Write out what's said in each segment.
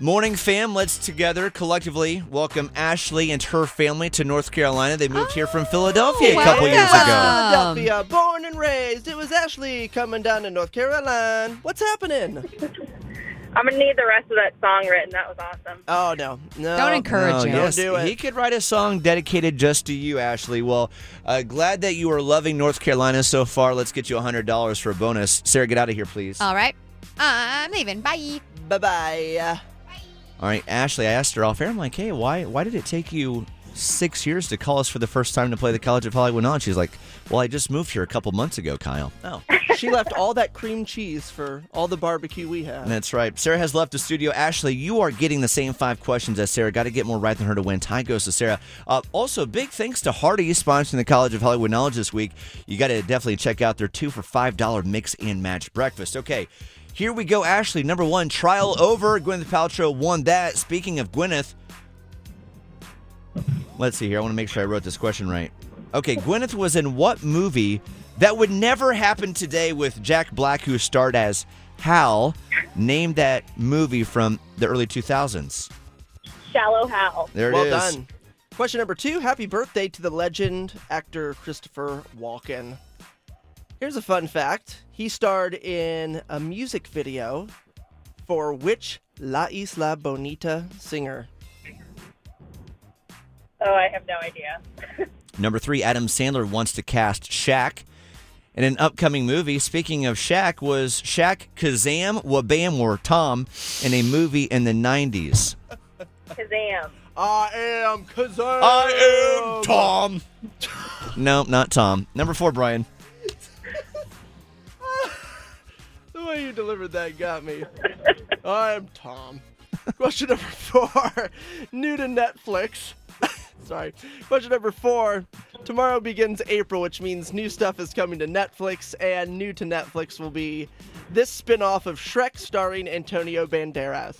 Morning, fam. Let's together collectively welcome Ashley and her family to North Carolina. They moved here from Philadelphia Oh, a couple years ago. Welcome to Philadelphia, born and raised. It was Ashley coming down to North Carolina. What's happening? I'm gonna need the rest of that song written. That was awesome. Oh no, no. Don't encourage Oh, him. yes. Don't do it. He could write a song dedicated just to you, Ashley. Well, uh, glad that you are loving North Carolina so far. Let's get you $100 for a bonus. Sarah, get out of here, please. All right. I'm leaving. Bye. Bye bye. All right, Ashley, I asked her off air. I'm like, hey, why, why did it take you six years to call us for the first time to play the College of Hollywood on? She's like, well, I just moved here a couple months ago, Kyle. Oh. She left all that cream cheese for all the barbecue we have. That's right. Sarah has left the studio. Ashley, you are getting the same five questions as Sarah. Got to get more right than her to win. Tie goes to Sarah. Uh, also, big thanks to Hardy sponsoring the College of Hollywood Knowledge this week. You got to definitely check out their two for five dollar mix and match breakfast. Okay. Here we go, Ashley. Number one, trial over. Gwyneth Paltrow won that. Speaking of Gwyneth, let's see here. I want to make sure I wrote this question right. Okay, Gwyneth was in what movie that would never happen today with Jack Black, who starred as Hal? Name that movie from the early 2000s. Shallow Hal. There it well is. done. Question number two. Happy birthday to the legend actor Christopher Walken. Here's a fun fact. He starred in a music video for which La Isla Bonita singer? Oh, I have no idea. Number three, Adam Sandler wants to cast Shaq in an upcoming movie. Speaking of Shaq, was Shaq Kazam, Wabam, or Tom in a movie in the 90s? Kazam. I am Kazam. Tom. no, not Tom. Number four, Brian. The way you delivered that got me. I'm Tom. Question number four. New to Netflix. Sorry. Question number four. Tomorrow begins April, which means new stuff is coming to Netflix, and new to Netflix will be this spin off of Shrek starring Antonio Banderas.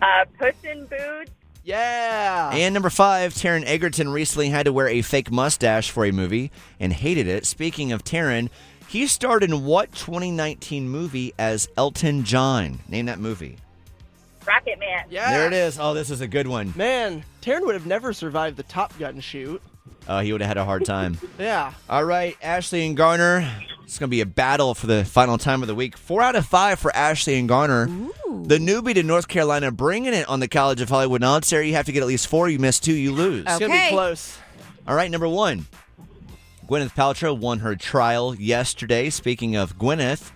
Uh, Puss in Boots. Yeah. And number five, Taryn Egerton recently had to wear a fake mustache for a movie and hated it. Speaking of Taryn, he starred in what 2019 movie as Elton John? Name that movie. Rocket Man. yeah. There it is. Oh, this is a good one. Man, Taryn would have never survived the Top Gun shoot. Oh, he would have had a hard time. Yeah. All right, Ashley and Garner. It's going to be a battle for the final time of the week. Four out of five for Ashley and Garner. The newbie to North Carolina bringing it on the College of Hollywood Knowledge. Sarah, you have to get at least four. You miss two, you lose. It's going to Okay. be close. All right, number one. Gwyneth Paltrow won her trial yesterday. Speaking of Gwyneth,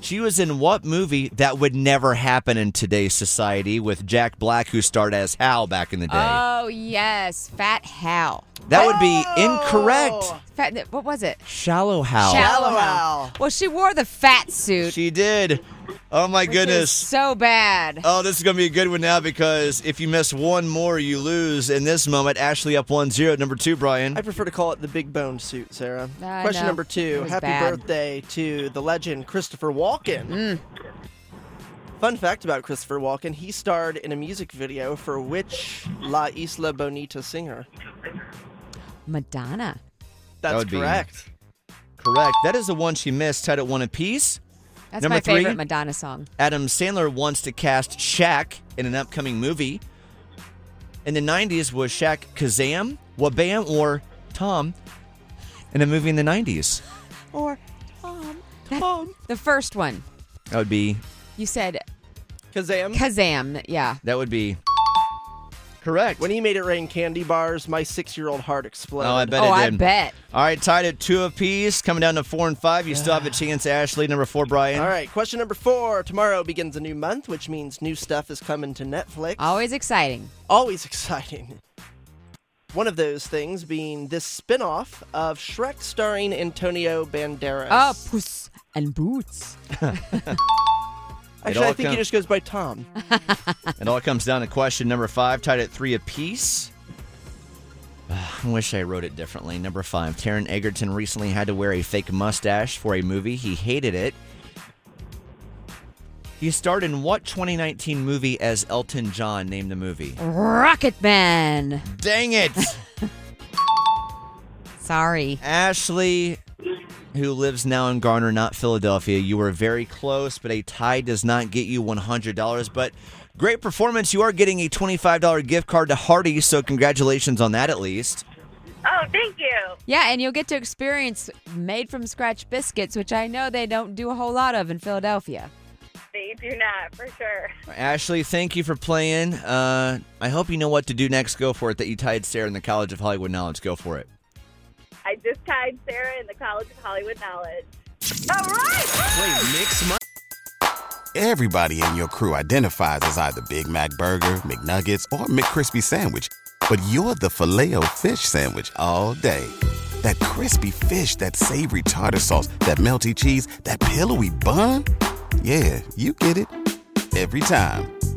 she was in what movie that would never happen in today's society with Jack Black, who starred as Hal back in the day? Oh yes, Fat Hal. that would be incorrect. Fat. What was it? Shallow Hal. Oh. Shallow Hal. Hal. Well, she wore the fat suit. She did. Oh my which is goodness. so bad. Oh, this is going to be a good one now because if you miss one more, you lose. In this moment, Ashley up 1 0. Number two, Brian. I prefer to call it the big bone suit, Sarah. I Question know. number It two. was Happy bad. Mm. birthday to the legend Christopher Walken. Fun fact about Christopher Walken, he starred in a music video for which La Isla Bonita singer? Madonna. That's would be- correct. Correct. That is the one she missed. Tied at one apiece. That's Number my favorite three? Madonna song. Adam Sandler wants to cast Shaq in an upcoming movie. In the 90s, was Shaq Kazam, Wabam, or Tom in a movie in the 90s? Or Tom. Tom. The first one. That would be. You said Kazam. Kazam. Yeah. That would be. Correct. when he made it rain candy bars, my six-year-old heart exploded. Oh, I bet oh, it I did. bet. All right, tied at two apiece. Coming down to four and five. You still have a chance, Ashley. Number four, Brian. All right, question number four. Tomorrow begins a new month, which means new stuff is coming to Netflix. Always exciting. always exciting. One of those things being this spin-off of Shrek starring Antonio Banderas. Oh, puss and boots. Actually, I all think comes- he just goes by Tom. It all comes down to question number five, tied at three apiece. Ah, I wish I wrote it differently. Number five, Taryn Egerton recently had to wear a fake mustache for a movie. He hated it. He starred in what 2019 movie as Elton John named the movie? Rocket Man. Dang it! Sorry. Ashley, who lives now in Garner, not Philadelphia, you were very close, but a tie does not get you $100. But great performance. You are getting a $25 gift card to Hardee's, so congratulations on that at least. Oh, thank you. Yeah, and you'll get to experience made from scratch biscuits, which I know they don't do a whole lot of in Philadelphia. They do not, for sure. Ashley, thank you for playing. Uh, I hope you know what to do next. Go for it. That you tied Sarah in the College of Hollywood Knowledge. Go for it. I just tied Sarah in the College of Hollywood Knowledge. All right. Play Mix Money. Everybody in your crew identifies as either Big Mac Burger, McNuggets, or McCrispy Sandwich. But you're the filet fish Sandwich all day. That crispy fish, that savory tartar sauce, that melty cheese, that pillowy bun. Yeah, you get it. Every time.